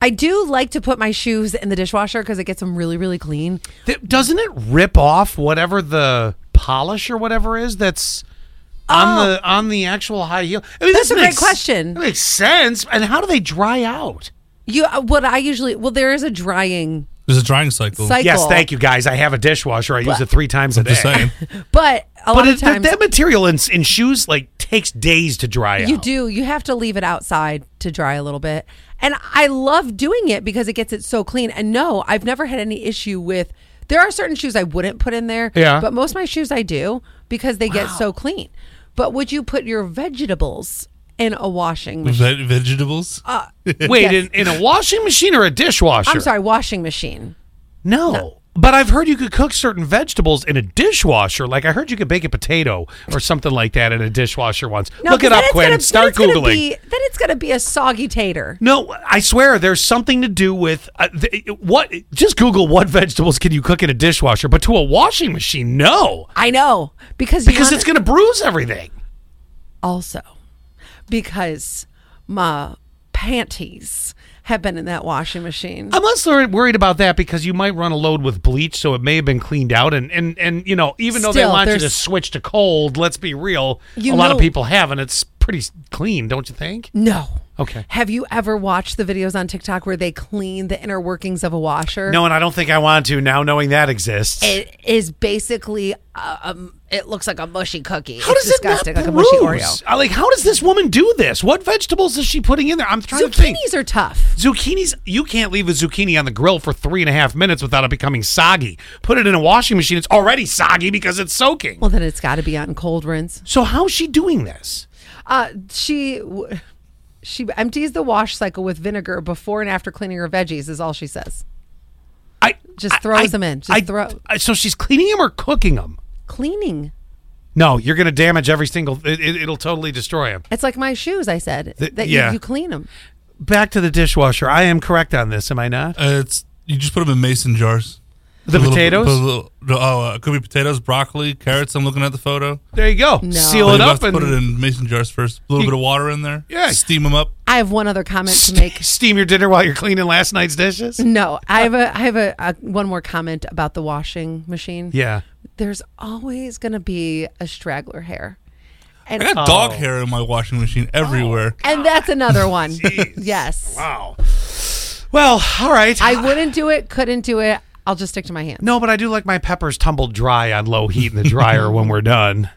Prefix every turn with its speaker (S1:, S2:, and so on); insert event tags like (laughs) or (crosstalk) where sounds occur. S1: I do like to put my shoes in the dishwasher because it gets them really, really clean.
S2: Th- doesn't it rip off whatever the polish or whatever is that's on
S1: Oh.
S2: the on the actual high heel? I mean,
S1: That's
S2: this
S1: a great
S2: makes-
S1: question.
S2: That makes sense. And how do they dry out?
S1: You, uh, what I usually, well, there is a drying
S3: There's a drying cycle.
S1: cycle.
S2: Yes, thank you guys. I have a dishwasher. I use it three times a day.
S3: Just saying.
S1: But a lot
S2: But
S1: of
S2: it, that,
S1: times
S2: that material in, in shoes like takes days to dry out.
S1: you do. You have to leave it outside to dry a little bit. And I love doing it because it gets it so clean. And no, I've never had any issue with. There are certain shoes I wouldn't put in there.
S2: Yeah.
S1: But most of my shoes I do because they get so clean. But would you put your vegetables in a washing machine?
S3: Ve- vegetables.
S2: Wait, in, in a washing machine or a dishwasher?
S1: I'm sorry, washing machine.
S2: No. But I've heard you could cook certain vegetables in a dishwasher. Like I heard you could bake a potato or something like that in a dishwasher once.
S1: No,
S2: Look
S1: 'cause
S2: it
S1: then
S2: up,
S1: it's
S2: Quinn.
S1: gonna- then
S2: Start
S1: it's gonna
S2: googling.
S1: be- then it's going to be a soggy tater.
S2: no, I swear there's something to do with uh, th- what. Just Google what vegetables can you cook in a dishwasher, but to a washing machine, no,
S1: I know because you
S2: because
S1: wanna-
S2: it's going to bruise everything.
S1: also because my panties have been in that washing machine.
S2: Unless they're worried about that because you might run a load with bleach, so it may have been cleaned out. And and and you know, even though they
S1: Still,
S2: want you to
S1: there's-
S2: switch to cold, let's be real,
S1: You
S2: a lot of
S1: know-
S2: people have, and it's pretty s- clean, don't you think?
S1: no.
S2: Okay.
S1: Have you ever watched the videos on TikTok where they clean the inner workings of a washer?
S2: No, and I don't think I want to now, knowing that exists.
S1: It is basically, uh, um, it looks like a mushy cookie.
S2: how
S1: it's
S2: does it not
S1: disgusting, like a mushy
S2: bruise?
S1: Oreo.
S2: I- Like, how does this woman do this? What vegetables is she putting in there? I'm trying to think.
S1: Zucchinis are tough.
S2: Zucchinis, you can't leave a zucchini on the grill for three and a half minutes without it becoming soggy. Put it in a washing machine, it's already soggy because it's soaking.
S1: Well, then it's got to be on cold rinse.
S2: So, how's she doing this?
S1: Uh, she w- she empties the wash cycle with vinegar before and after cleaning her veggies is all she says.
S2: I
S1: Just
S2: I-
S1: throws
S2: I-
S1: them in. Just
S2: I-
S1: throw-
S2: I- so she's cleaning them or cooking them?
S1: Cleaning.
S2: No, you're going to damage every single. It, it, it'll totally destroy them.
S1: It's like my shoes. I said
S2: Th-
S1: that
S2: yeah.
S1: you, you clean them.
S2: Back to the dishwasher. I am correct on this, am I not?
S3: Uh, it's you just put them in mason jars.
S2: The
S3: A little-
S2: potatoes?
S3: put a little- oh, uh, it could be potatoes, broccoli, carrots. I'm looking at the photo.
S2: There you go.
S1: No.
S2: Seal
S3: But
S2: it
S3: you
S2: up
S3: have to
S2: and
S3: put it in mason jars first. A little
S2: You-
S3: bit of water in there.
S2: Yeah.
S3: Steam them up.
S1: I have one other comment to make.
S2: (laughs) steam your dinner while you're cleaning last night's
S1: (laughs)
S2: dishes.
S1: No, I have a I have a, a one more comment about the washing machine.
S2: Yeah.
S1: There's always going to be a straggler hair. And,
S3: I got
S2: Oh.
S3: dog hair in my washing machine everywhere.
S1: and that's
S2: (laughs)
S1: another one. yes.
S2: Wow. Well, all right.
S1: I wouldn't do it, couldn't do it. I'll just stick to my hands.
S2: no, but I do like my peppers tumbled dry on low heat in the dryer when we're done.